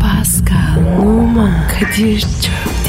Pascal, Oman, Kadir çok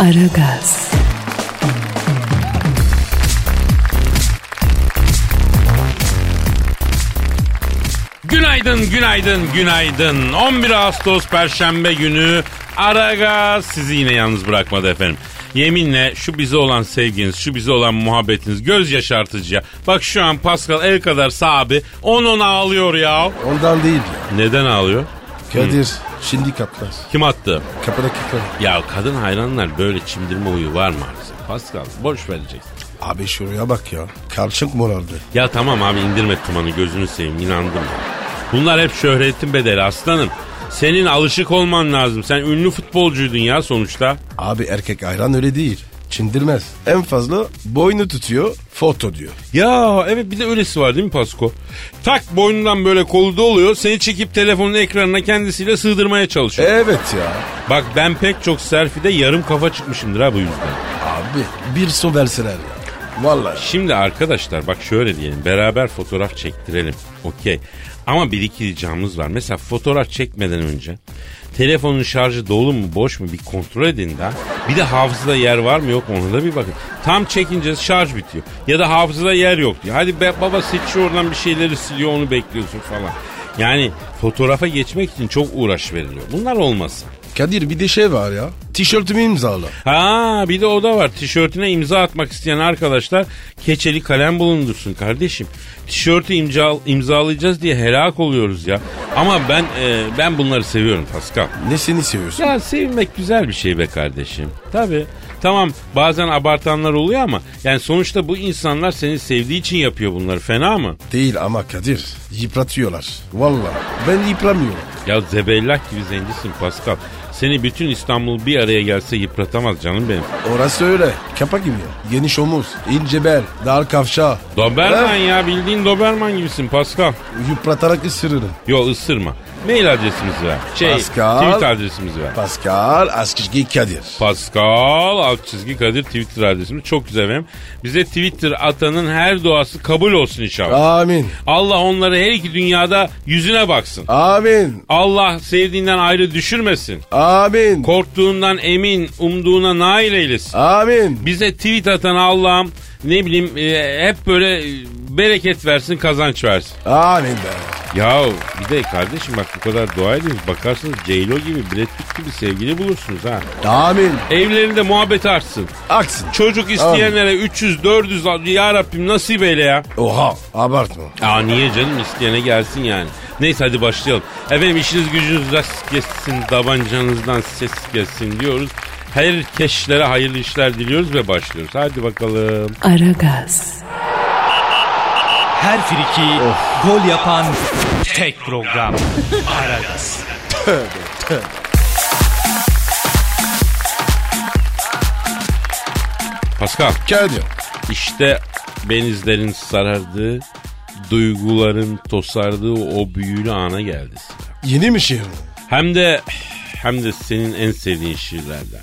Aragaz, Günaydın, günaydın, günaydın. 11 Ağustos Perşembe günü Aragaz sizi yine yalnız bırakmadı efendim. Yeminle şu bize olan sevginiz, şu bize olan muhabbetiniz göz yaşartıcı ya. Bak şu an Pascal el kadar sahibi 10-10 ağlıyor ya. Ondan değil ya. Neden ağlıyor? Kadir şimdi kaplar. Kim attı? Kapıda kilitler. Ya kadın hayranlar böyle çimdirme huyu var maalesef. Pascal boş vereceksin. Abi şuraya bak ya. Karşık morardı. Ya tamam abi indirme tumanı gözünü seveyim inandım ya. Bunlar hep şöhretin bedeli aslanım. Senin alışık olman lazım. Sen ünlü futbolcuydun ya sonuçta. Abi erkek ayran öyle değil. Çindirmez. En fazla boynu tutuyor foto diyor. Ya evet bir de öylesi var değil mi Pasko? Tak boynundan böyle kolu doluyor. Seni çekip telefonun ekranına kendisiyle sığdırmaya çalışıyor. Evet ya. Bak ben pek çok selfie'de yarım kafa çıkmışımdır ha bu yüzden. Abi bir su verseler ya. Vallahi. Şimdi arkadaşlar bak şöyle diyelim beraber fotoğraf çektirelim okey. Ama bir iki ricamız var. Mesela fotoğraf çekmeden önce telefonun şarjı dolu mu boş mu bir kontrol edin de. Bir de hafızada yer var mı yok mu ona da bir bakın. Tam çekince şarj bitiyor. Ya da hafızada yer yok diyor. Hadi be, baba seçiyor oradan bir şeyleri siliyor onu bekliyorsun falan. Yani fotoğrafa geçmek için çok uğraş veriliyor. Bunlar olmasın. Kadir bir de şey var ya. Tişörtümü imzala. Ha bir de o da var. Tişörtüne imza atmak isteyen arkadaşlar keçeli kalem bulundursun kardeşim. Tişörtü imza, imzalayacağız diye helak oluyoruz ya. Ama ben e, ben bunları seviyorum Pascal. Ne seni seviyorsun? Ya sevilmek güzel bir şey be kardeşim. Tabii. Tamam bazen abartanlar oluyor ama yani sonuçta bu insanlar seni sevdiği için yapıyor bunları. Fena mı? Değil ama Kadir. Yıpratıyorlar. Vallahi. Ben yıpramıyorum. Ya zebellak gibi zencisin Pascal. Seni bütün İstanbul bir araya gelse yıpratamaz canım benim. Orası öyle. Kapak gibi. ya. Geniş omuz, ince bel, dar kavşa. Doberman Ha? ya bildiğin Doberman gibisin Pascal. Yıpratarak ısırırım. Yo ısırma. Mail adresimizi ver. Şey, Pascal. Twitter adresimizi ver. Pascal Askışki Kadir. Pascal alt çizgi Kadir Twitter adresimiz. Çok güzel benim. Bize Twitter atanın her duası kabul olsun inşallah. Amin. Allah onları her iki dünyada yüzüne baksın. Amin. Allah sevdiğinden ayrı düşürmesin. Amin. Korktuğundan emin, umduğuna nail eylesin. Amin. Bize tweet atan Allah'ım ne bileyim e, hep böyle e, bereket versin, kazanç versin. Amin be. Ya bir de kardeşim bak bu kadar dua ediyoruz. Bakarsınız Ceylo gibi, Brad Pitt gibi sevgili bulursunuz ha. Amin. Evlerinde muhabbet artsın. Aksın. Çocuk isteyenlere 300, 400 al- ya Rabbim nasip eyle ya. Oha. Abartma. Aa niye canım isteyene gelsin yani. Neyse hadi başlayalım. Efendim işiniz gücünüz rast gelsin, tabancanızdan ses gelsin diyoruz. Herkeşlere hayırlı işler diliyoruz ve başlıyoruz. Hadi bakalım. Aragaz, Her friki gol yapan tek program. Aragaz. Pascal Kadir. işte benizlerin sarardığı, duyguların tosardığı o büyülü ana geldi sıra. Yeni mi şiir mi? Hem de hem de senin en sevdiğin şiirlerden.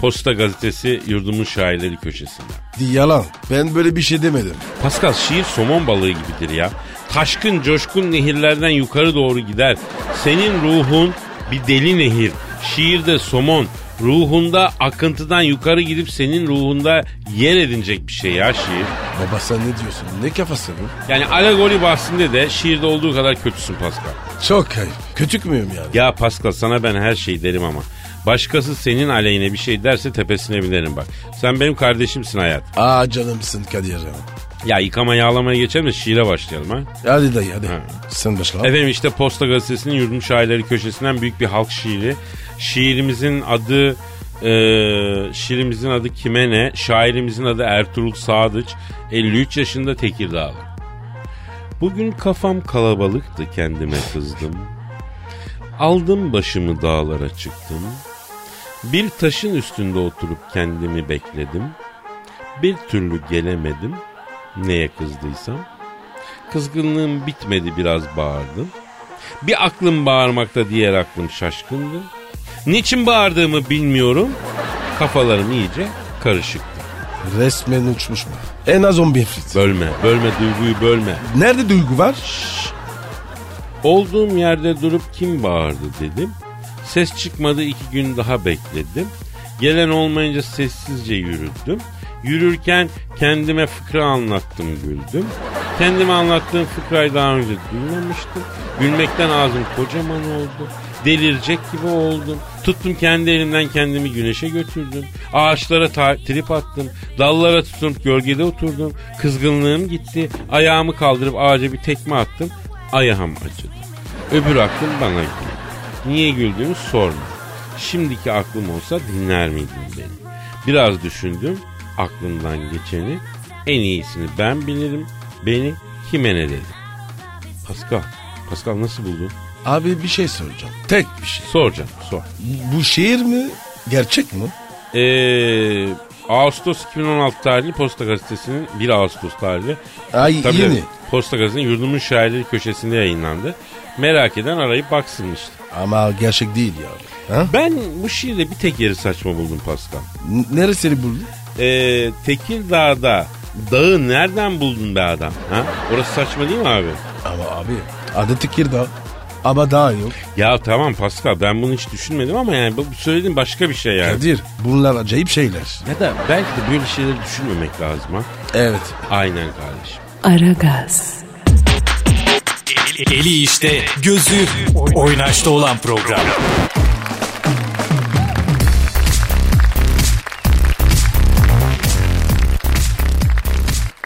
Posta gazetesi yurdumun şairleri köşesinden. Di yalan. Ben böyle bir şey demedim. Pascal şiir somon balığı gibidir ya. Taşkın coşkun nehirlerden yukarı doğru gider. Senin ruhun bir deli nehir. Şiirde somon. Ruhunda akıntıdan yukarı gidip senin ruhunda yer edinecek bir şey ya şiir. Baba sen ne diyorsun? Ne kafası bu? Yani alegori bahsinde de şiirde olduğu kadar kötüsün Pascal. Çok hayır. Kötük müyüm yani? Ya Pascal sana ben her şeyi derim ama. Başkası senin aleyhine bir şey derse tepesine binerim bak. Sen benim kardeşimsin hayat. Aa canımsın Kadir ya. Ya yıkama yağlamaya geçelim de şiire başlayalım ha. Hadi dayı hadi. Ha. Sen başla. Efendim işte Posta Gazetesi'nin yurdum şairleri köşesinden büyük bir halk şiiri. Şiirimizin adı e, şiirimizin adı kime ne? Şairimizin adı Ertuğrul Sadıç. 53 yaşında Tekirdağlı. Bugün kafam kalabalıktı kendime kızdım. Aldım başımı dağlara çıktım. Bir taşın üstünde oturup kendimi bekledim. Bir türlü gelemedim. Neye kızdıysam. Kızgınlığım bitmedi biraz bağırdım. Bir aklım bağırmakta diğer aklım şaşkındı. Niçin bağırdığımı bilmiyorum. Kafalarım iyice karışıktı. Resmen uçmuş mu? En az 10 bin frit. Bölme, bölme duyguyu bölme. Nerede duygu var? Olduğum yerde durup kim bağırdı dedim. Ses çıkmadı iki gün daha bekledim. Gelen olmayınca sessizce yürüdüm. Yürürken kendime fıkra anlattım güldüm. Kendime anlattığım fıkrayı daha önce duymamıştım. Gülmekten ağzım kocaman oldu. Delirecek gibi oldum. Tuttum kendi elimden kendimi güneşe götürdüm. Ağaçlara ta- trip attım. Dallara tutunup gölgede oturdum. Kızgınlığım gitti. Ayağımı kaldırıp ağaca bir tekme attım. Ayağım acıdı. Öbür aklım bana güldü. Niye güldüğümü sorma. Şimdiki aklım olsa dinler miydin beni? Biraz düşündüm. Aklımdan geçeni en iyisini ben bilirim. Beni kime ne dedim? Pascal. Pascal nasıl buldun? Abi bir şey soracağım. Tek bir şey. Soracağım sor. Bu şehir mi? Gerçek mi? Ee, Ağustos 2016 tarihli Posta Gazetesi'nin 1 Ağustos tarihli Ay tabii yeni. tabii, Posta Gazetesi'nin yurdumun şairleri köşesinde yayınlandı. Merak eden arayıp baksın işte. Ama gerçek değil ya. Ha? Ben bu şiirde bir tek yeri saçma buldum Pascal. N- Neresini buldun? Ee, Tekirdağ'da dağı nereden buldun be adam? Ha? Orası saçma değil mi abi? Ama abi adı Tekirdağ. Ama daha yok. Ya tamam Pascal ben bunu hiç düşünmedim ama yani bu söylediğin başka bir şey yani. Kadir bunlar acayip şeyler. Ya da belki de böyle şeyleri düşünmemek lazım ha. Evet. Aynen kardeşim. Aragaz, Eli, eli işte, gözü oynaşta olan program.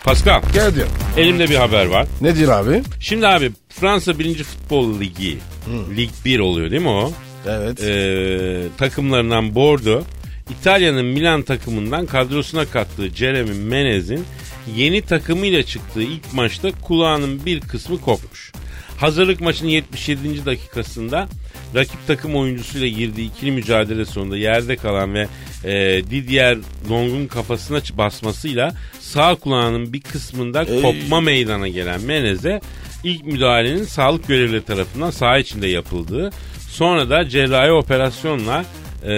Pascal Kadir. elimde bir haber var. Nedir abi? Şimdi abi Fransa 1. Futbol Ligi. Lig 1 oluyor değil mi o? Evet. Ee, takımlarından Bordeaux, İtalya'nın Milan takımından kadrosuna kattığı Jeremy Menez'in yeni takımıyla çıktığı ilk maçta kulağının bir kısmı kopmuş. Hazırlık maçının 77. dakikasında rakip takım oyuncusuyla girdiği ikili mücadele sonunda yerde kalan ve e, Didier Long'un kafasına ç- basmasıyla sağ kulağının bir kısmında kopma meydana gelen Menez'e ilk müdahalenin sağlık görevlileri tarafından saha içinde yapıldığı Sonra da cerrahi operasyonla e,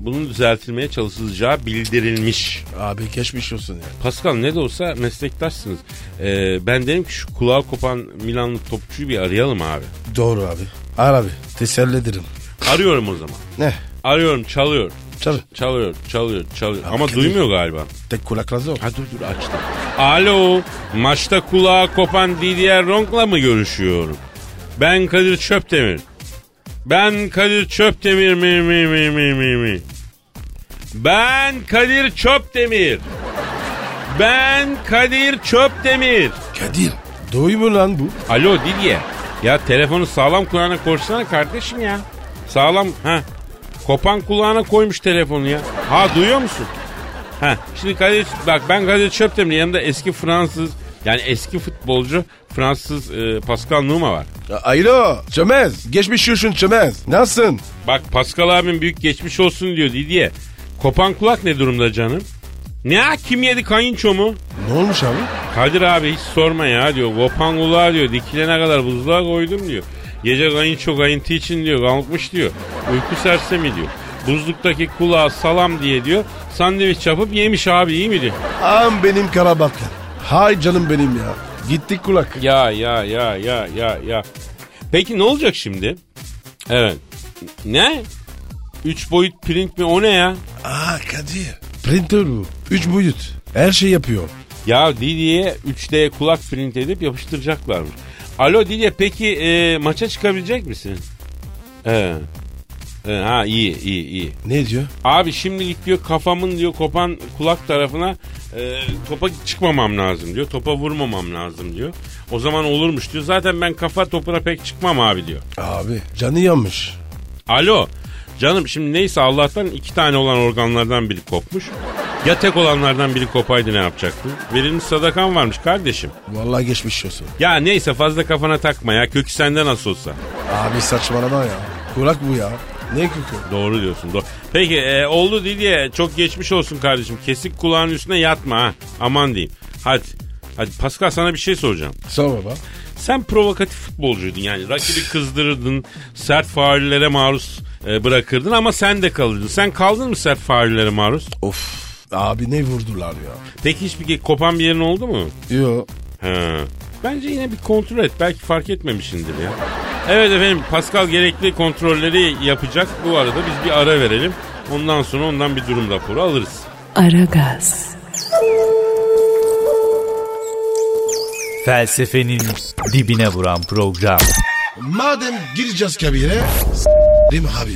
bunun düzeltilmeye çalışılacağı bildirilmiş. Abi geçmiş olsun ya. Pascal ne de olsa meslektaşsınız. E, ben derim ki şu kulağı kopan Milanlı topçuyu bir arayalım abi. Doğru abi. Ar abi. Teselli ederim. Arıyorum o zaman. Ne? Arıyorum çalıyor. Çal. Çalıyor, çalıyor, çalıyor. Abi Ama Kadir- duymuyor galiba. Tek kulakla zor. Ha dur dur açtım. Alo, maçta kulağı kopan Didier Ronk'la mı görüşüyorum? Ben Kadir Çöptemir. Ben Kadir Çöptemir mi mi mi mi mi mi. Ben Kadir Çöptemir. Ben Kadir Çöptemir. Kadir. Doğru mu lan bu? Alo Didier. Ya telefonu sağlam kulağına koysana kardeşim ya. Sağlam ha. Kopan kulağına koymuş telefonu ya. Ha duyuyor musun? Ha şimdi Kadir bak ben Kadir Çöptemir yanında eski Fransız yani eski futbolcu Fransız e, Pascal Numa var. Alo. Çömez. Geçmiş olsun Çömez. Nasılsın? Bak Pascal abim büyük geçmiş olsun diyor Didier. Kopan kulak ne durumda canım? Ne kim yedi kayınço mu? Ne olmuş abi? Kadir abi hiç sorma ya diyor. Kopangulağa diyor. Dikilene kadar buzluğa koydum diyor. Gece kayınço kayıntı için diyor. Kalkmış diyor. Uyku sersemi diyor. Buzluktaki kulağa salam diye diyor. Sandviç yapıp yemiş abi iyi mi diyor. Am benim karabatla. Hay canım benim ya. Gittik kulak. Ya ya ya ya ya ya. Peki ne olacak şimdi? Evet. Ne? Üç boyut print mi o ne ya? Aa Kadir. Printer bu. Üç boyut. Her şey yapıyor. Ya Didi'ye 3D kulak print edip yapıştıracaklarmış. Alo Didi peki e, maça çıkabilecek misin? Ee, e, ha iyi iyi iyi. Ne diyor? Abi şimdilik diyor kafamın diyor kopan kulak tarafına e, topa çıkmamam lazım diyor. Topa vurmamam lazım diyor. O zaman olurmuş diyor. Zaten ben kafa topuna pek çıkmam abi diyor. Abi canı yanmış. Alo. Canım şimdi neyse Allah'tan iki tane olan organlardan biri kopmuş. Ya tek olanlardan biri kopaydı ne yapacaktın? Verilmiş sadakan varmış kardeşim. Vallahi geçmiş olsun. Ya neyse fazla kafana takma ya. Kökü senden nasıl olsa. Abi saçmalama ya. Kulak bu ya. Ne kokuyor? Doğru diyorsun. Doğru. Peki e, oldu diye çok geçmiş olsun kardeşim. Kesik kulağın üstüne yatma ha. Aman diyeyim. Hadi. Hadi Pascal sana bir şey soracağım. Sor baba. Sen provokatif futbolcuydun yani. Rakibi kızdırırdın. Sert faallere maruz e, bırakırdın ama sen de kalırdın. Sen kaldın mı sert faallere maruz? Of. Abi ne vurdular ya. Peki hiçbir ge- kopan bir yerin oldu mu? Yo. He. Bence yine bir kontrol et. Belki fark etmemişsindir ya. Evet efendim Pascal gerekli kontrolleri yapacak. Bu arada biz bir ara verelim. Ondan sonra ondan bir durum raporu alırız. Aragaz, Felsefenin dibine vuran program. Madem gireceğiz kabire. Rim abi.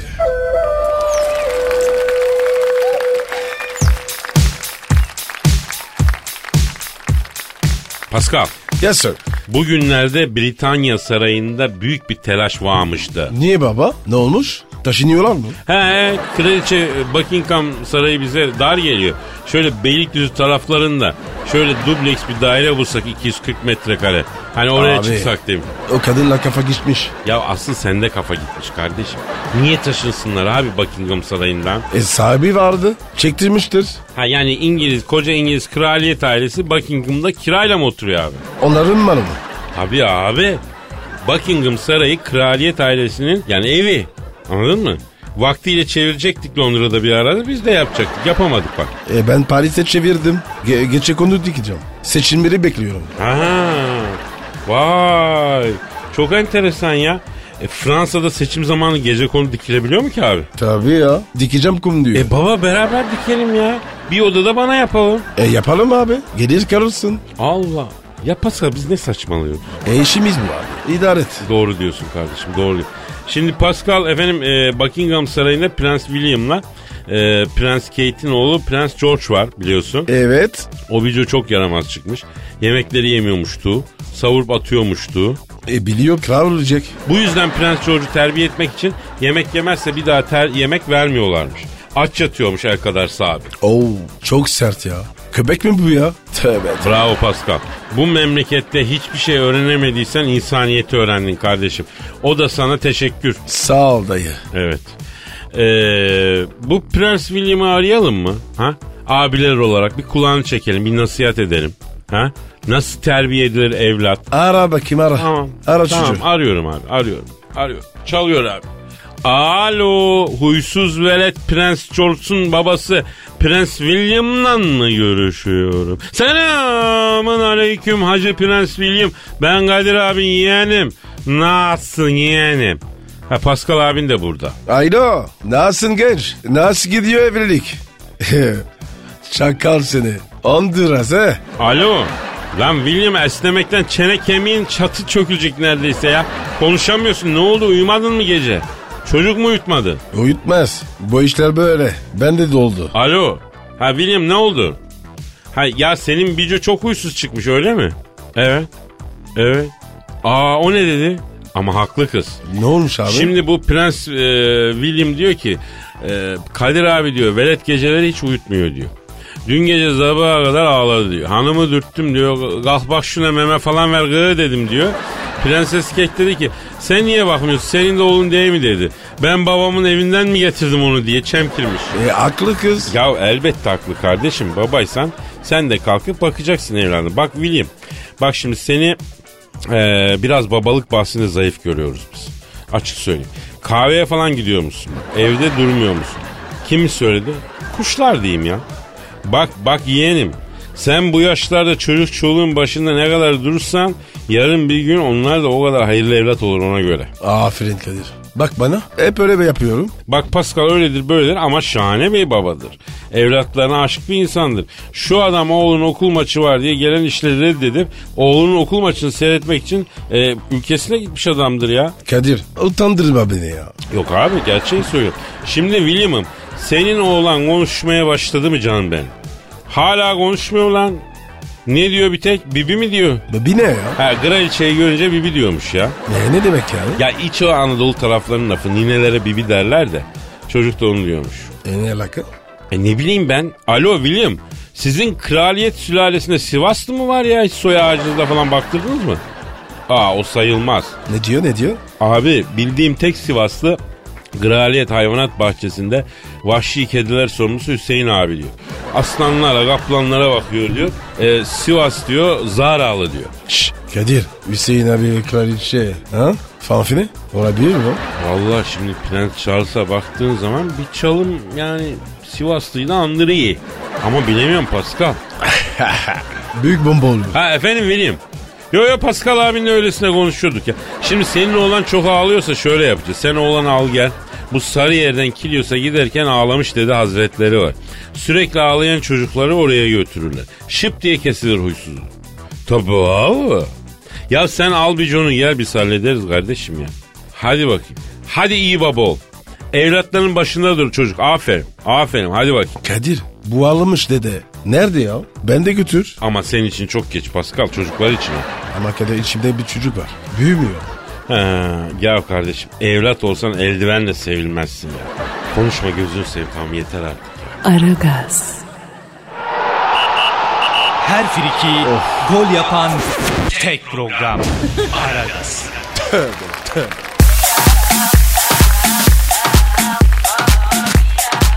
Pascal Yes sir. bugünlerde Britanya sarayında büyük bir telaş varmıştı. Niye baba? Ne olmuş? Taşınıyorlar mı? He, kraliçe Buckingham sarayı bize dar geliyor. Şöyle Beylikdüzü taraflarında şöyle dubleks bir daire bulsak 240 metrekare. Hani oraya Abi. çıksak diyeyim. O kadınla kafa gitmiş. Ya asıl sende kafa gitmiş kardeşim. Niye taşınsınlar abi Buckingham sarayından? E sahibi vardı. Çektirmiştir. Ha yani İngiliz, koca İngiliz kraliyet ailesi Buckingham'da kirayla mı oturuyor abi? Onların malı mı? Tabii abi. Buckingham Sarayı kraliyet ailesinin yani evi. Anladın mı? Vaktiyle çevirecektik Londra'da bir arada biz de yapacaktık. Yapamadık bak. E ben Paris'e çevirdim. Ge geçe konu dikeceğim. Seçimleri bekliyorum. Ha, vay. Çok enteresan ya. E, Fransa'da seçim zamanı gece konu dikilebiliyor mu ki abi? Tabii ya. Dikeceğim kum diyor. E baba beraber dikelim ya. Bir odada bana yapalım. E, yapalım abi. Gelir kalırsın. Allah. Ya Pascal biz ne saçmalıyoruz? E işimiz bu abi. İdare et. Doğru diyorsun kardeşim doğru. diyorsun. Şimdi Pascal efendim e, Buckingham Sarayı'nda Prens William'la e, Prens Kate'in oğlu Prens George var biliyorsun. Evet. O video çok yaramaz çıkmış. Yemekleri yemiyormuştu. Savurup atıyormuştu. E biliyor kral olacak. Bu yüzden Prens George'u terbiye etmek için yemek yemezse bir daha ter, yemek vermiyorlarmış. Aç yatıyormuş el kadar sabi. Oo çok sert ya. Köpek mi bu ya? Tövbe. Bravo Pascal. Bu memlekette hiçbir şey öğrenemediysen insaniyeti öğrendin kardeşim. O da sana teşekkür. Sağ ol dayı. Evet. Ee, bu Prens William'ı arayalım mı? Ha? Abiler olarak bir kulağını çekelim, bir nasihat edelim. Ha? Nasıl terbiye edilir evlat? Ara bakayım ara. Tamam. Ara tamam, çocuğu. arıyorum abi, arıyorum. Arıyorum. Çalıyor abi. Alo, huysuz velet Prens George'un babası Prens William'la mı görüşüyorum? Selamın aleyküm Hacı Prens William. Ben Kadir abin yeğenim. Nasılsın yeğenim? Ha Pascal abin de burada. Alo. Nasılsın genç? Nasıl gidiyor evlilik? Çakal seni. Honduras he. Alo. Lan William esnemekten çene kemiğin çatı çökülecek neredeyse ya. Konuşamıyorsun. Ne oldu? Uyumadın mı gece? Çocuk mu uyutmadı? Uyutmaz. Bu işler böyle. Ben de doldu. Alo. Ha William ne oldu? Ha ya senin bico çok huysuz çıkmış öyle mi? Evet. Evet. Aa o ne dedi? Ama haklı kız. Ne olmuş abi? Şimdi bu Prens e, William diyor ki e, Kadir abi diyor velet geceleri hiç uyutmuyor diyor. Dün gece sabaha kadar ağladı diyor. Hanımı dürttüm diyor. Kalk bak şuna meme falan ver gı dedim diyor. Prenses Kek dedi ki sen niye bakmıyorsun senin de oğlun değil mi dedi. Ben babamın evinden mi getirdim onu diye çemkirmiş. E, aklı kız. Ya elbette haklı kardeşim babaysan sen de kalkıp bakacaksın evladım. Bak William bak şimdi seni eee, biraz babalık bahsinde zayıf görüyoruz biz. Açık söyleyeyim. Kahveye falan gidiyor musun? Evde durmuyor musun? Kim söyledi? Kuşlar diyeyim ya. Bak bak yeğenim sen bu yaşlarda çocuk çoluğun başında ne kadar durursan yarın bir gün onlar da o kadar hayırlı evlat olur ona göre. Aferin Kadir. Bak bana. Hep öyle yapıyorum. Bak Pascal öyledir böyledir ama şahane bir babadır. Evlatlarına aşık bir insandır. Şu adam oğlunun okul maçı var diye gelen işleri reddedip oğlunun okul maçını seyretmek için e, ülkesine gitmiş adamdır ya. Kadir utandırma beni ya. Yok abi gerçeği söylüyorum. Şimdi William'ım senin oğlan konuşmaya başladı mı canım ben? Hala konuşmuyor lan. Ne diyor bir tek? Bibi mi diyor? Bu Bir ne ya? Ha Kraliçeyi görünce bibi diyormuş ya. Ne, ne demek yani? Ya İç Doğu Anadolu taraflarının lafı ninelere bibi derler de çocuk da onu diyormuş. E, ne alaka? E ne bileyim ben. Alo William. Sizin kraliyet sülalesinde Sivaslı mı var ya? Hiç soy ağacınızda falan baktırdınız mı? Aa o sayılmaz. Ne diyor ne diyor? Abi bildiğim tek Sivaslı Kraliyet Hayvanat Bahçesi'nde vahşi kediler sorumlusu Hüseyin abi diyor. Aslanlara, kaplanlara bakıyor diyor. E, Sivas diyor, Zaralı diyor. Şşş Kadir Hüseyin abi kraliçe ha? Fanfini olabilir mi? o? Valla şimdi Prens Charles'a baktığın zaman bir çalım yani Sivaslıyla andırıyor. Ama bilemiyorum Pascal. Büyük bomba oldu. Ha efendim William. Yo yo Pascal abinle öylesine konuşuyorduk ya. Şimdi senin oğlan çok ağlıyorsa şöyle yapacağız. Sen oğlan al gel. Bu sarı yerden Kilyos'a giderken ağlamış dedi hazretleri var. Sürekli ağlayan çocukları oraya götürürler. Şıp diye kesilir huysuzu. Tabii abi. Ya sen al bir John'u gel biz hallederiz kardeşim ya. Hadi bakayım. Hadi iyi baba ol. Evlatların başında dur çocuk. Aferin. Aferin. Hadi bakayım. Kadir bu ağlamış dede. Nerede ya? Ben de götür. Ama senin için çok geç Pascal. Çocuklar için. o. Ama Kadir içimde bir çocuk var. Büyümüyor. Ha, ya kardeşim evlat olsan eldivenle sevilmezsin ya. Konuşma gözünü seveyim tamam yeter artık. Aragaz, Her friki gol yapan tek program. Aragaz.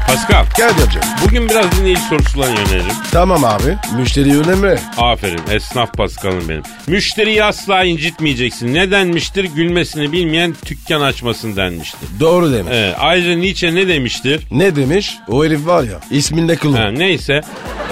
Pascal Kadir hocam. bugün biraz dinleyici sorusulan yönelirim. Tamam abi. Müşteri önemli. Aferin esnaf Pascal'ım benim. Müşteriyi asla incitmeyeceksin. Ne denmiştir gülmesini bilmeyen dükkan açmasın denmiştir. Doğru demiş. Ee, ayrıca Nietzsche ne demiştir? Ne demiş? O herif var ya isminde kılın. Ha, neyse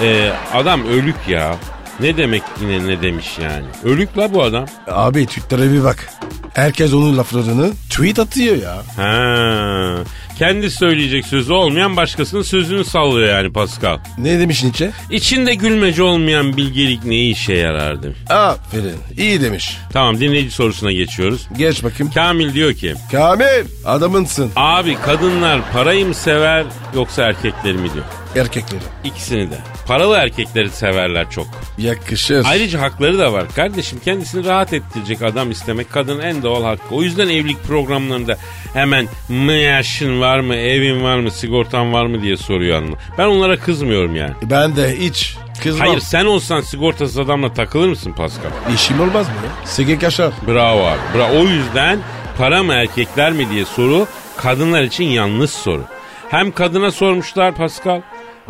ee, adam ölük ya. Ne demek yine ne demiş yani. Ölük la bu adam. Abi Twitter'a bir bak. Herkes onun laflarını tweet atıyor ya. Ha. Kendi söyleyecek sözü olmayan başkasının sözünü sallıyor yani Pascal. Ne demiş Nietzsche? İçinde gülmece olmayan bilgelik neye işe yarardı? Aferin. İyi demiş. Tamam dinleyici sorusuna geçiyoruz. Geç bakayım. Kamil diyor ki Kamil adamınsın. abi kadınlar parayı mı sever yoksa erkekleri mi diyor. Erkekleri. İkisini de. Paralı erkekleri severler çok. Yakışır. Ayrıca hakları da var. Kardeşim kendisini rahat ettirecek adam istemek kadının en doğal hakkı. O yüzden evlilik programlarında hemen mı yaşın var mı, evin var mı, sigortan var mı diye soruyor hanım. Ben onlara kızmıyorum yani. Ben de hiç kızmam. Hayır sen olsan sigortasız adamla takılır mısın Pascal? İşim olmaz mı ya? Sege kaşar. Bravo abi. Bra- o yüzden para mı erkekler mi diye soru kadınlar için yanlış soru. Hem kadına sormuşlar Pascal.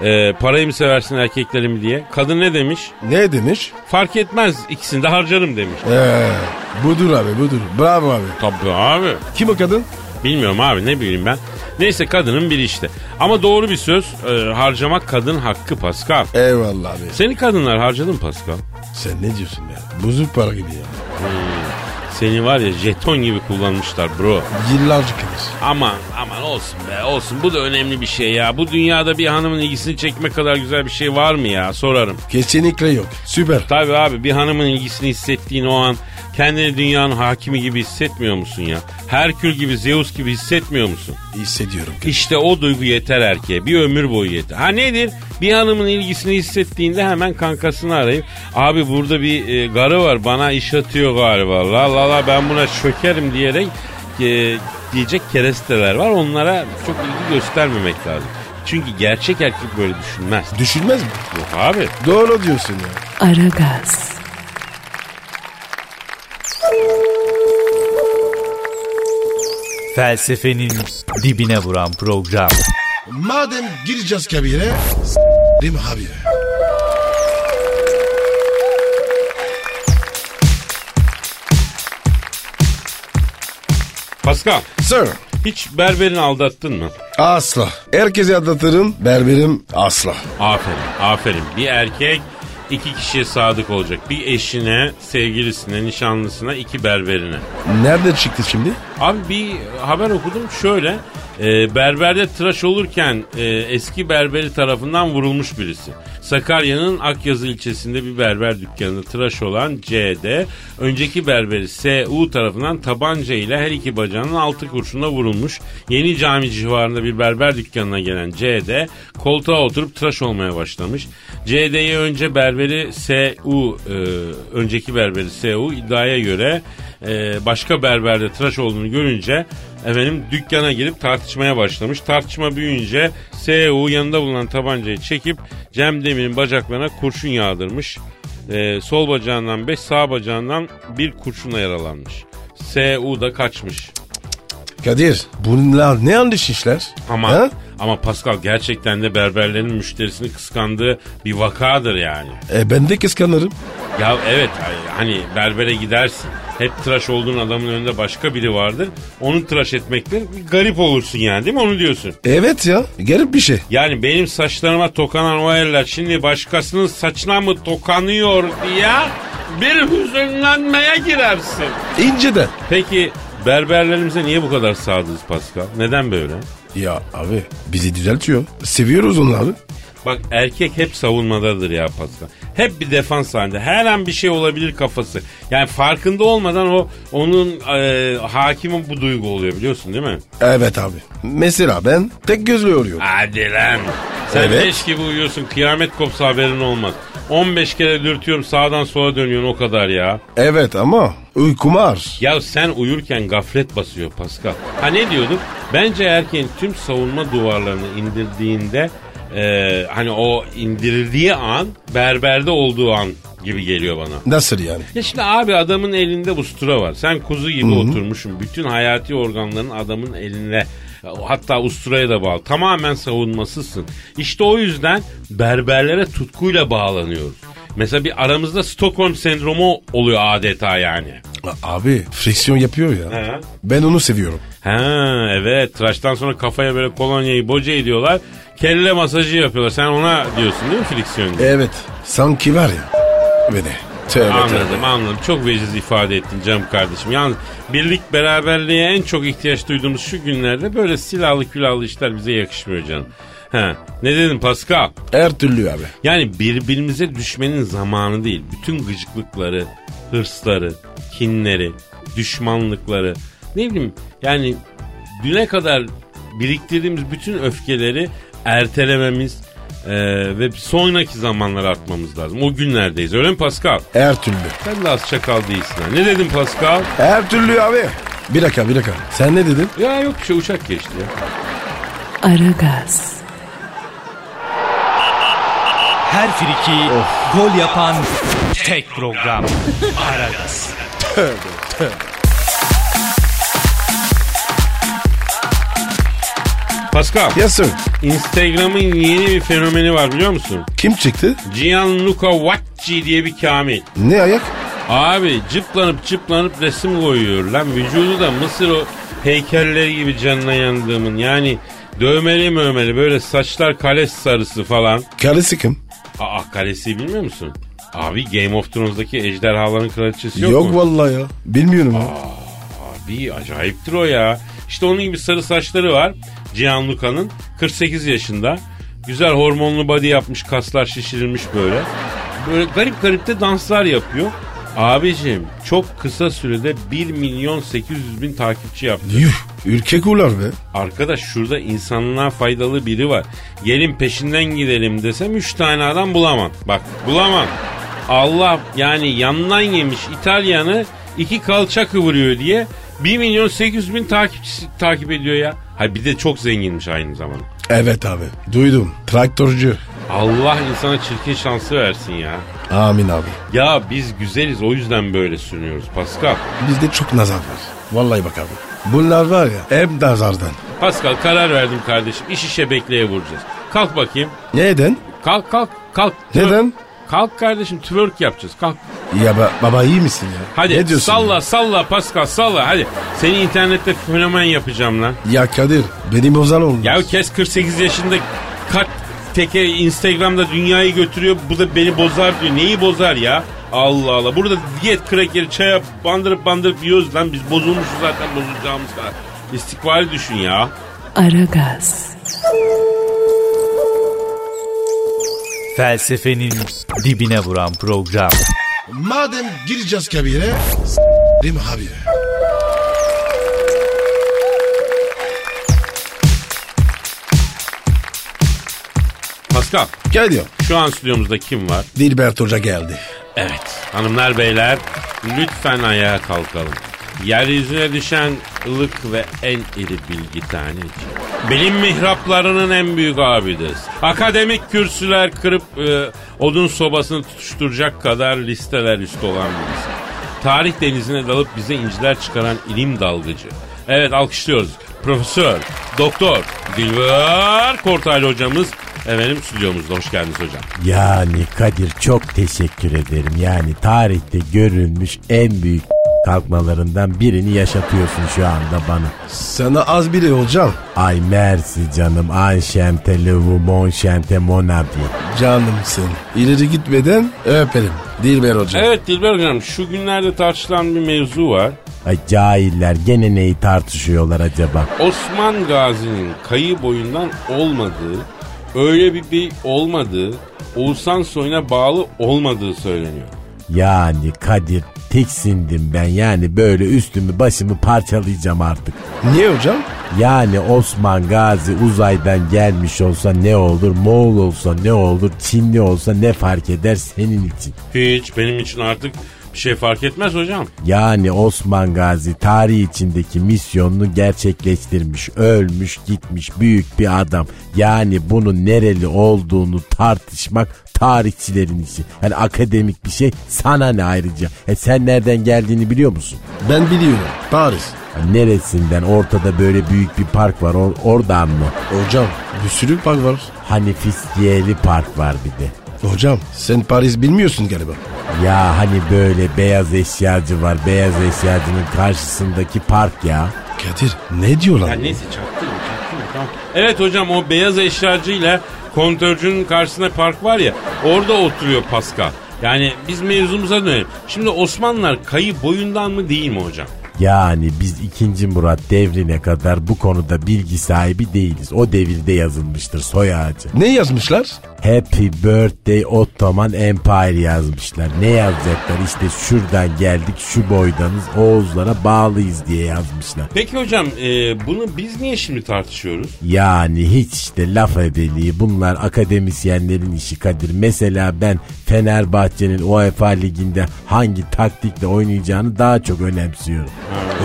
e, parayı mı seversin erkekleri mi diye. Kadın ne demiş? Ne demiş? Fark etmez ikisini de harcarım demiş. Ee, budur abi budur. Bravo abi. Tabii abi. Kim o kadın? Bilmiyorum abi ne bileyim ben. Neyse kadının bir işte. Ama doğru bir söz e, harcamak kadın hakkı Pascal. Eyvallah abi. Seni kadınlar harcadı mı Pascal? Sen ne diyorsun ya? Buzuk para gibi ya. Seni var ya jeton gibi kullanmışlar bro. Yıllarca kalır. Aman aman olsun be olsun bu da önemli bir şey ya. Bu dünyada bir hanımın ilgisini çekme kadar güzel bir şey var mı ya sorarım. Kesinlikle yok. Süper. Tabii abi bir hanımın ilgisini hissettiğin o an kendini dünyanın hakimi gibi hissetmiyor musun ya? Herkül gibi Zeus gibi hissetmiyor musun? Hissediyorum. İşte o duygu yeter erkeğe. Bir ömür boyu yeter. Ha nedir? Bir hanımın ilgisini hissettiğinde hemen kankasını arayıp abi burada bir e, garı var bana iş atıyor galiba. La la la ben buna çökerim diyerek e, diyecek keresteler var. Onlara çok ilgi göstermemek lazım. Çünkü gerçek erkek böyle düşünmez. Düşünmez mi? Yok abi. Doğru diyorsun ya. Aragaz, Felsefenin dibine vuran program. Madem gireceğiz kabire, s**rim abi. Pascal Sir. hiç berberini aldattın mı? Asla. Herkese anlatırım. Berberim asla. Aferin, aferin. Bir erkek iki kişiye sadık olacak. Bir eşine, sevgilisine, nişanlısına, iki berberine. Nerede çıktı şimdi? Abi bir haber okudum şöyle. e, berberde tıraş olurken e, eski berberi tarafından vurulmuş birisi. Sakarya'nın Akyazı ilçesinde bir berber dükkanında tıraş olan C'de önceki berberi SU tarafından tabanca ile her iki bacağının altı kurşuna vurulmuş. Yeni cami civarında bir berber dükkanına gelen C'de koltuğa oturup tıraş olmaya başlamış. CD'ye önce berberi SU e, önceki berberi SU iddiaya göre e, başka berberde tıraş olduğunu görünce efendim dükkana girip tartışmaya başlamış. Tartışma büyüyünce SU yanında bulunan tabancayı çekip Cem Demir'in bacaklarına kurşun yağdırmış. E, sol bacağından 5 sağ bacağından bir kurşuna yaralanmış. SU da E kaçmış. Kadir bunlar ne yanlış işler? Ama Ha? ama Pascal gerçekten de berberlerin müşterisini kıskandığı bir vakadır yani. E ben de kıskanırım. Ya evet hani berbere gidersin. Hep tıraş olduğun adamın önünde başka biri vardır. Onu tıraş etmekle bir garip olursun yani değil mi onu diyorsun? Evet ya garip bir şey. Yani benim saçlarıma tokanan o eller şimdi başkasının saçına mı tokanıyor diye bir hüzünlenmeye girersin. İnceden. Peki berberlerimize niye bu kadar sadığız Pascal? Neden böyle? Ya abi bizi düzeltiyor. Seviyoruz onları. Bak erkek hep savunmadadır ya Pascal. Hep bir defans halinde. Her an bir şey olabilir kafası. Yani farkında olmadan o onun e, hakimi bu duygu oluyor biliyorsun değil mi? Evet abi. Mesela ben tek gözlü oluyorum. Hadi lan. Sen Evet. leş gibi uyuyorsun. Kıyamet kopsa haberin olmaz. 15 kere dürtüyorum sağdan sola dönüyorsun o kadar ya. Evet ama uykumar. Ya sen uyurken gaflet basıyor Pascal. Ha ne diyorduk? Bence erkeğin tüm savunma duvarlarını indirdiğinde e, hani o indirildiği an berberde olduğu an gibi geliyor bana. Nasıl yani? Ya şimdi abi adamın elinde ustura var. Sen kuzu gibi oturmuşsun. Bütün hayati organların adamın eline hatta usturaya da bağlı. Tamamen savunmasızsın. İşte o yüzden berberlere tutkuyla bağlanıyoruz. Mesela bir aramızda Stockholm sendromu oluyor adeta yani. A- Abi friksiyon yapıyor ya. He. Ben onu seviyorum. Ha evet tıraştan sonra kafaya böyle kolonyayı boca ediyorlar. Kelle masajı yapıyorlar. Sen ona diyorsun değil mi friksiyon? diye? Evet. Sanki var ya. Beni. Tövbe Anladım tövbe. anladım. Çok veciz ifade ettin canım kardeşim. Yalnız birlik beraberliğe en çok ihtiyaç duyduğumuz şu günlerde böyle silahlı külahlı işler bize yakışmıyor canım. Ha, ne dedin Pascal? Her türlü abi. Yani birbirimize düşmenin zamanı değil. Bütün gıcıklıkları, hırsları, kinleri, düşmanlıkları ne bileyim yani düne kadar biriktirdiğimiz bütün öfkeleri ertelememiz eee, ve sonraki zamanlara atmamız lazım. O günlerdeyiz öyle mi Pascal? Her türlü. Sen de az çakal değilsin. ha. Ne dedin Pascal? Her türlü abi. Bir dakika bir dakika. Sen ne dedin? Ya yok bir şey uçak geçti ya. Aragaz, Her friki gol yapan tek program. Aragaz. Pascal, Yasın. Instagram'ın yeni bir fenomeni var biliyor musun? Kim çıktı? Gianluca Vacci diye bir kamil. Ne ayak? Abi cıplanıp cıplanıp resim koyuyor lan. Vücudu da Mısır o heykelleri gibi canına yandığımın. Yani dövmeli mövmeli böyle saçlar kales sarısı falan. Karısı kim? Aa kalesi bilmiyor musun? Abi Game of Thrones'daki ejderhaların kraliçesi yok, Yok, mu? vallahi ya. Bilmiyorum ya. Abi acayiptir o ya. İşte onun gibi sarı saçları var. Gianluca'nın 48 yaşında. Güzel hormonlu body yapmış kaslar şişirilmiş böyle. Böyle garip garip de danslar yapıyor. Abicim çok kısa sürede 1 milyon 800 bin takipçi yaptı. Yuh. Ülke kular be. Arkadaş şurada insanlığa faydalı biri var. Gelin peşinden gidelim desem 3 tane adam bulamam. Bak bulamam. Allah yani yandan yemiş İtalyanı iki kalça kıvırıyor diye 1 milyon 800 bin takipçisi takip ediyor ya. Ha bir de çok zenginmiş aynı zamanda. Evet abi. Duydum. Traktörcü. Allah insana çirkin şansı versin ya. Amin abi. Ya biz güzeliz o yüzden böyle sürünüyoruz Pascal. Bizde çok nazar var. Vallahi bak abi. Bunlar var ya hep nazardan. Pascal karar verdim kardeşim. İş işe bekleye vuracağız. Kalk bakayım. Neden? Kalk kalk kalk. Neden? Kalk kardeşim twerk yapacağız kalk. Ya ba- baba iyi misin ya? Hadi ne diyorsun salla Ya? salla Pascal salla hadi. Seni internette fenomen yapacağım lan. ya Kadir beni bozan olmaz. Ya kes 48 yaşında kat teke Instagram'da dünyayı götürüyor. Bu da beni bozar diyor. Neyi bozar ya? Allah Allah. Burada diyet krekeri çaya bandırıp bandırıp yiyoruz lan. Biz bozulmuşuz zaten bozulacağımız kadar. İstikbali düşün ya. Aragaz, Felsefenin dibine vuran program. Madem gireceğiz kabire s**rim abi. Pascal Gel diyor. şu an stüdyomuzda kim var? Dilbert Hoca geldi. Evet. Hanımlar beyler lütfen ayağa kalkalım. Yeryüzüne düşen ılık ve en iri bilgi taneci. Bilim mihraplarının en büyük abidesi. Akademik kürsüler kırıp e, odun sobasını tutuşturacak kadar listeler üstü olan birisi. Tarih denizine dalıp bize inciler çıkaran ilim dalgıcı. Evet alkışlıyoruz. Profesör, doktor, Dilber Kortaylı hocamız efendim stüdyomuzda. Hoş geldiniz hocam. Yani Kadir çok teşekkür ederim. Yani tarihte görülmüş en büyük kalkmalarından birini yaşatıyorsun şu anda bana. Sana az bile hocam. Ay merci canım. Ay şente levu mon şente mon abi. Canımsın. İleri gitmeden öperim. Dilber hocam. Evet Dilber hocam şu günlerde tartışılan bir mevzu var. Ay cahiller gene neyi tartışıyorlar acaba? Osman Gazi'nin kayı boyundan olmadığı, öyle bir bey olmadığı, Oğuzhan Soy'una bağlı olmadığı söyleniyor. Yani Kadir tiksindim ben yani böyle üstümü başımı parçalayacağım artık. Niye hocam? Yani Osman Gazi uzaydan gelmiş olsa ne olur, Moğol olsa ne olur, Çinli olsa ne fark eder senin için. Hiç benim için artık bir şey fark etmez hocam. Yani Osman Gazi tarih içindeki misyonunu gerçekleştirmiş, ölmüş, gitmiş büyük bir adam. Yani bunun nereli olduğunu tartışmak tarihçilerin işi. Yani akademik bir şey sana ne ayrıca? E sen nereden geldiğini biliyor musun? Ben biliyorum. Paris. Ya Neresinden ortada böyle büyük bir park var or- oradan mı? Hocam bir sürü park var. Hani Fiskiyeli Park var bir de. Hocam sen Paris bilmiyorsun galiba. Ya hani böyle beyaz eşyacı var. Beyaz eşyacının karşısındaki park ya. Kadir ne diyorlar? Ya neyse çaktırma çaktırma tamam. Evet hocam o beyaz eşyacıyla kontörcünün karşısında park var ya orada oturuyor Pascal. Yani biz mevzumuza dönelim. Şimdi Osmanlılar kayı boyundan mı değil mi hocam? Yani biz 2. Murat devrine kadar bu konuda bilgi sahibi değiliz. O devirde yazılmıştır soy ağacı. Ne yazmışlar? Happy Birthday Ottoman Empire yazmışlar. Ne yazacaklar işte şuradan geldik şu boydanız Oğuzlara bağlıyız diye yazmışlar. Peki hocam e, bunu biz niye şimdi tartışıyoruz? Yani hiç işte laf ebeliği bunlar akademisyenlerin işi Kadir. Mesela ben Fenerbahçe'nin UEFA liginde hangi taktikle oynayacağını daha çok önemsiyorum.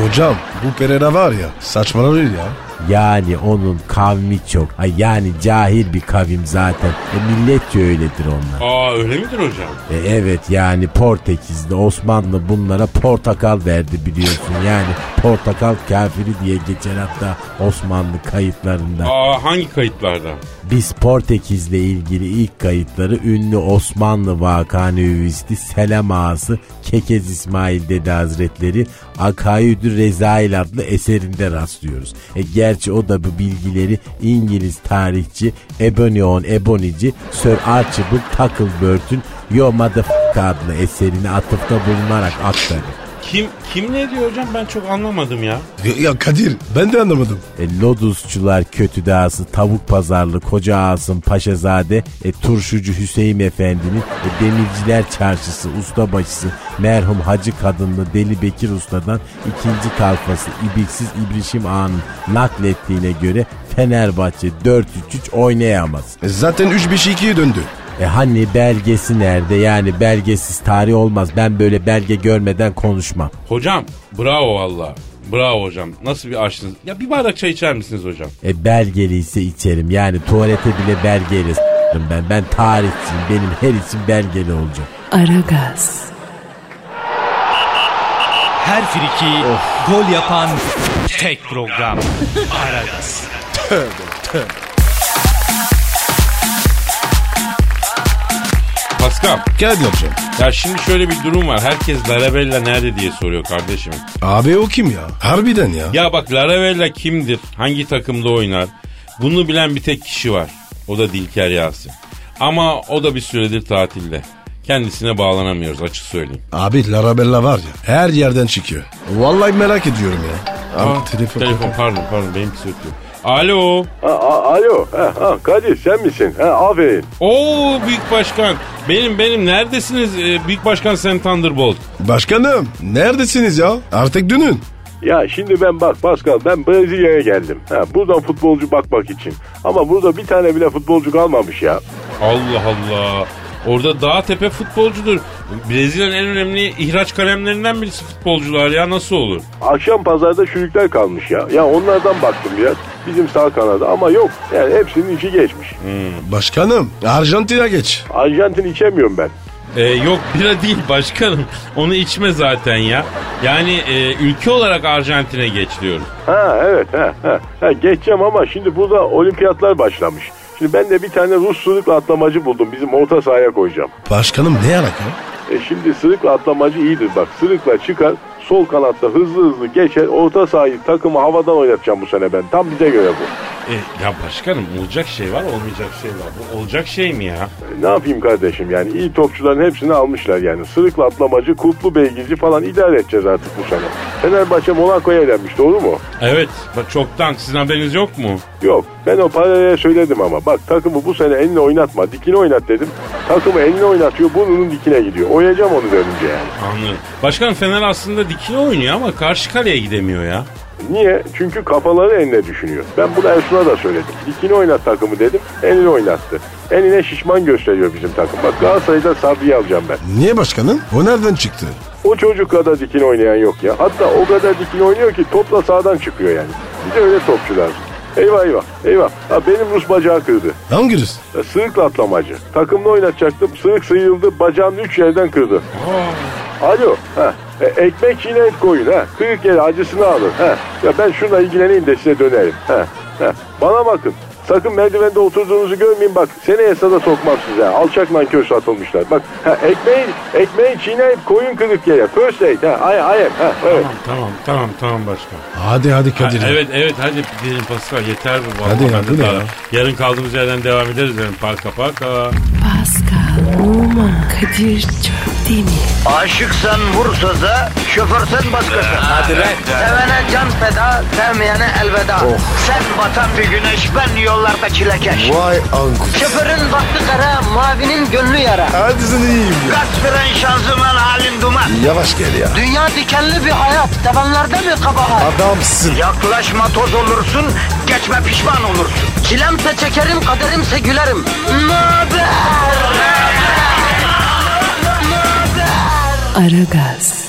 Hocam bu Pereira var ya saçmalıyor ya. Yani onun kavmi çok. Ay yani cahil bir kavim zaten. E milletçe öyledir onlar. Aa öyle midir hocam? E evet yani Portekiz'de Osmanlı bunlara portakal verdi biliyorsun. Yani portakal kafiri diye geçen hafta Osmanlı kayıtlarında. Aa hangi kayıtlarda? Biz Portekiz'le ilgili ilk kayıtları ünlü Osmanlı Vakani Hüvisti Selam Ağası Kekez İsmail Dede Hazretleri Akaidü Rezail adlı eserinde rastlıyoruz. E, gerçi o da bu bilgileri İngiliz tarihçi Ebonion Ebonici Sir Archibald Tacklebird'ün Yo Motherfucker adlı eserine atıfta bulunarak aktarır. Kim kim ne diyor hocam ben çok anlamadım ya. Ya Kadir ben de anlamadım. E, Lodusçular kötü dağısı, tavuk pazarlı Koca Asım Paşazade, e, Turşucu Hüseyin Efendi'nin, e, Demirciler Çarşısı, Ustabaşısı, merhum Hacı Kadınlı Deli Bekir Usta'dan ikinci kalfası İbiksiz İbrişim Ağa'nın naklettiğine göre Fenerbahçe 4-3-3 oynayamaz. E, Zaten 3-5-2'ye döndü. E hani belgesi nerede? Yani belgesiz tarih olmaz. Ben böyle belge görmeden konuşmam. Hocam bravo valla. Bravo hocam. Nasıl bir açtınız? Ya bir bardak çay içer misiniz hocam? E belgeli ise içerim. Yani tuvalete bile belgeyle s**rim ben. Ben tarihçiyim. Benim her için belgeli olacak. Aragaz, Her friki gol yapan tek program. Aragaz. Pascal. Kadir hocam. Ya şimdi şöyle bir durum var. Herkes Larabella nerede diye soruyor kardeşim. Abi o kim ya? Harbiden ya. Ya bak Larabella kimdir? Hangi takımda oynar? Bunu bilen bir tek kişi var. O da Dilker Yasin. Ama o da bir süredir tatilde. Kendisine bağlanamıyoruz açık söyleyeyim. Abi Larabella var ya her yerden çıkıyor. Vallahi merak ediyorum ya. Abi Aa, telefon. telefon pardon pardon benimki ötüyor. Alo. Ha, a- alo. Ha, ha, Kadir sen misin? Ha, aferin. Oo Büyük Başkan. Benim benim neredesiniz Ee, Büyük Başkan sen Thunderbolt. Başkanım neredesiniz ya? Artık dünün. Ya şimdi ben bak Pascal ben Brezilya'ya geldim. Ha, buradan futbolcu bakmak için. Ama burada bir tane bile futbolcu kalmamış ya. Allah Allah. Orada dağ tepe futbolcudur. Brezilya'nın en önemli ihraç kalemlerinden birisi futbolcular ya nasıl olur? Akşam pazarda çürükler kalmış ya. Ya onlardan baktım biraz. Bizim sağ kanada ama yok. Yani hepsinin içi geçmiş. Başkanım Arjantin'e geç. Arjantin içemiyorum ben. Ee, yok bira değil başkanım. Onu içme zaten ya. Yani e, ülke olarak Arjantin'e geç diyorum. Ha evet ha, ha. ha geçeceğim ama şimdi burada olimpiyatlar başlamış. Şimdi ben de bir tane Rus sırıkla atlamacı buldum. Bizim orta sahaya koyacağım. Başkanım ne alaka? E şimdi sırıkla atlamacı iyidir bak. Sırıkla çıkar sol kanatta hızlı hızlı geçer. Orta sahayı takımı havadan oynatacağım bu sene ben. Tam bize göre bu. E, ya başkanım olacak şey var olmayacak şey var. Bu olacak şey mi ya? E, ne yapayım kardeşim yani iyi topçuların hepsini almışlar yani. Sırıkla atlamacı, kutlu beygirci falan idare edeceğiz artık bu sene. Fenerbahçe Monaco'ya elenmiş doğru mu? Evet bak çoktan sizin haberiniz yok mu? Yok ben o paraya söyledim ama bak takımı bu sene eline oynatma dikine oynat dedim. Takımı eline oynatıyor burnunun dikine gidiyor. Oyacağım onu dönünce yani. Anladım. Başkanım Fener aslında dikili oynuyor ama karşı kaleye gidemiyor ya. Niye? Çünkü kafaları eline düşünüyor. Ben bunu Ersun'a da söyledim. Dikine oynat takımı dedim. Eline oynattı. Eline şişman gösteriyor bizim takım. Bak Galatasaray'da Sabri'yi alacağım ben. Niye başkanım? O nereden çıktı? O çocuk kadar dikine oynayan yok ya. Hatta o kadar dikine oynuyor ki topla sağdan çıkıyor yani. Bir de öyle topçu lazım. Eyvah eyvah eyvah. Ha, benim Rus bacağı kırdı. Hangi Rus? E, Sığırkla atlamacı. Takımla oynatacaktım. Sığırk sıyrıldı. Bacağını üç yerden kırdı. Alo. Ha. E, ekmek yine et koyun. Ha. Kırık yeri acısını alın. Ha. Ya ben şuna ilgileneyim de size dönerim. Ha. Ha. Bana bakın. Sakın merdivende oturduğunuzu görmeyin bak. Seneye sada sokmam size. ha. Alçak nankör satılmışlar. Bak ha, ekmeği, ekmeği çiğneyip koyun kırık yere. First aid. Ha. Ay, ay, ha. Evet. Tamam tamam tamam tamam başkan. Hadi hadi Kadir. Ha, evet evet hadi gidelim Pascal yeter bu. Hadi ya, hadi ya. Yarın kaldığımız yerden devam ederiz. Yarın parka parka. Pascal, Oman, Kadir çok değil mi? Aşıksan vursa da, şoförsen başkasın. Hadi lan. Sevene can feda, sevmeyene elveda. Sen batan bir güneş, ben yollarda çilekeş. Vay anku. Şoförün baktı kara, mavinin gönlü yara. Hadi sen iyiyim ya. Kasperen şanzıman halin duman. Yavaş gel ya. Dünya dikenli bir hayat, sevenlerde mi kabahar? Adamsın. Yaklaşma toz olursun, geçme pişman olursun. Çilemse çekerim, kaderimse gülerim. Möber! Aragaz.